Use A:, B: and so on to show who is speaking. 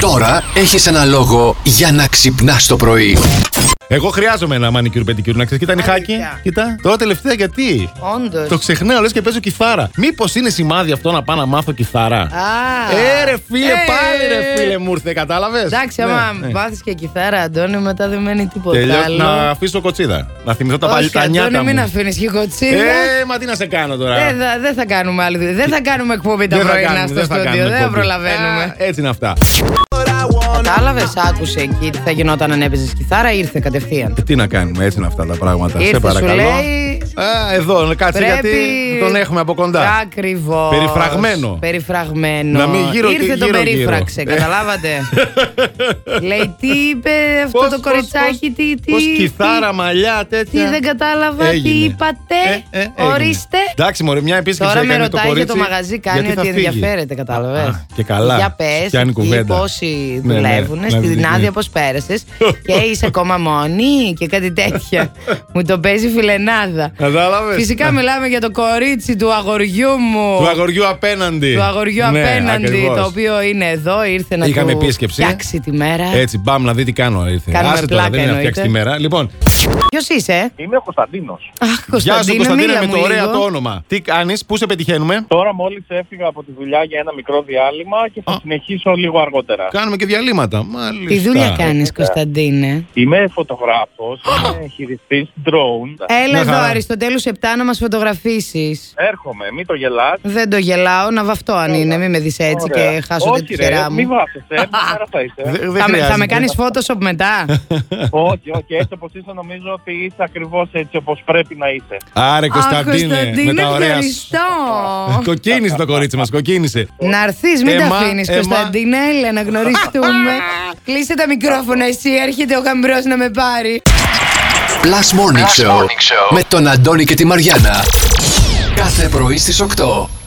A: Τώρα έχεις ένα λόγο για να ξυπνάς το πρωί.
B: Εγώ χρειάζομαι ένα μανικιούρ πεντικιούρ να ξέρεις. Κοίτα, Νιχάκη.
C: Αλήθεια.
B: Κοίτα. Τώρα τελευταία γιατί.
C: Όντως.
B: Το ξεχνάω, λες και παίζω κιθάρα. Μήπως είναι σημάδι αυτό να πάω να μάθω κιθάρα.
C: Α.
B: Ε, ρε φίλε,
C: Ε.
B: πάλι ρε φίλε Ναι, μου ήρθε, κατάλαβες.
C: Εντάξει, άμα πάθει και κιθάρα, Αντώνη, μετά δεν μένει τίποτα άλλο.
B: να αφήσω κοτσίδα. Να θυμηθώ τα
C: Όχι,
B: παλιτανιάτα
C: Αντώνη, μην
B: μου.
C: αφήνεις και κοτσίδα.
B: Ε, μα τι να σε κάνω τώρα.
C: Δεν θα, δεν θα κάνουμε άλλη. δουλειά. Δεν θα κάνουμε εκπομπή τα
B: Δεν θα
C: πρωινά
B: κάνουμε,
C: στο
B: θα κάνουμε
C: στούντιο. Δεν
B: εκπομπή.
C: προλαβαίνουμε.
B: Α, Έτσι είναι αυτά.
C: Κατάλαβες, άκουσε εκεί τι θα γινόταν αν έπαιζες κιθάρα, ήρθε κατευθείαν.
B: Τι να κάνουμε, έτσι είναι αυτά τα πράγματα.
C: Ήρθε,
B: σε
C: σου
B: παρακαλώ.
C: λέει.
B: Α, εδώ, κάτσε
C: Πρέπει.
B: γιατί τον έχουμε από κοντά.
C: Ακριβώς.
B: Περιφραγμένο.
C: Περιφραγμένο.
B: Να μην γύρω-
C: Ήρθε τον
B: γύρω-γύρω.
C: περίφραξε,
B: Ε.
C: καταλάβατε. Λέει τι είπε αυτό
B: Πώς-
C: το
B: πώς-
C: κοριτσάκι,
B: πώς-
C: τι. τι-
B: πώς
C: τι-
B: κιθάρα, μαλλιά, τέτοια.
C: Τι δεν κατάλαβα, τι
B: Έγινε.
C: είπατε.
B: Ε, ε, έγινε.
C: Ορίστε.
B: Εντάξει, μωρέ, μια επίσκεψη
C: Τώρα με
B: έκανε το
C: ρωτάει για το
B: κορίτσι,
C: μαγαζί, κάνει
B: γιατί θα
C: ότι
B: φύγει.
C: ενδιαφέρεται, κατάλαβες.
B: Α, και καλά.
C: Για πες,
B: Πιάνει κουβέντα.
C: πόσοι
B: Ναι, ναι,
C: δουλεύουν,
B: να
C: στην
B: δει-
C: άδεια πώ πέρασες και είσαι ακόμα μόνη και κάτι τέτοια. Μου το παίζει φιλενάδα.
B: Κατάλαβες.
C: Φυσικά
B: Να.
C: μιλάμε για το κορίτσι του αγοριού μου.
B: Ναι. Του αγοριού απέναντι.
C: Του αγοριού
B: Ναι,
C: απέναντι,
B: ακριβώς.
C: το οποίο είναι εδώ, ήρθε να
B: Είχαμε
C: του
B: επίσκεψη.
C: φτιάξει τη μέρα.
B: Έτσι, μπαμ, να δει τι κάνω. Ήρθε.
C: Κάνουμε
B: Άσε τώρα,
C: πλάκα,
B: δεν είναι να φτιάξει τη
C: εννοείται.
B: μέρα. Λοιπόν,
C: Ποιος είσαι, ε?
D: Είμαι ο Κωνσταντίνος.
C: Αχ,
B: γεια σου,
C: Κωνσταντίνε,
B: Κωνσταντίνε,
C: μίλα
B: με
C: μου
B: το ωραίο
C: λίγο.
B: το όνομα. Τι κάνεις, πού σε πετυχαίνουμε.
D: Τώρα μόλις έφυγα από τη δουλειά για ένα μικρό διάλειμμα και θα
B: Α.
D: συνεχίσω λίγο αργότερα.
B: Κάνουμε και διαλύματα. Μάλιστα. Ε,
C: Τι δουλειά κάνεις Κωνσταντίνε.
D: Είμαι φωτογράφος, είμαι χειριστής drone.
C: Έλα
B: Μια
C: εδώ,
B: χαρά.
C: Αριστοτέλους 7, να μας φωτογραφίσεις.
D: Έρχομαι, μην το γελάς.
C: Δεν το γελάω, να βαφτώ αν είναι, μην με δεις έτσι και χάσω
D: Όχι,
C: τη
D: ρε,
C: χερά μου.
D: Μην βάφεσαι, μέρα θα
B: Δε-
D: είσαι.
B: δεν
C: Θα με, θα
B: χρειάζεται.
C: με κάνεις photoshop μετά.
D: όχι, όχι, έτσι όπως είσαι, νομίζω ότι είσαι ακριβώς έτσι όπως πρέπει να είσαι.
B: Άρε,
C: Α,
B: Κωνσταντίνε, με τα ωραία σου.
C: ευχαριστώ.
B: Κοκκίνησε το κορίτσι μας, κοκκίνησε.
C: Να έρθεις, μην
B: Εμά-
C: τα αφήνεις
B: εμά-
C: Κωνσταντίνε, έλα να γνωριστούμε. Κλείστε τα μικρόφωνα εσύ, έρχεται ο γαμπρός να με πάρει.
A: Plus Morning, Show, με τον Αντώνη και τη Μαριάνα. Κάθε πρωί στις 8.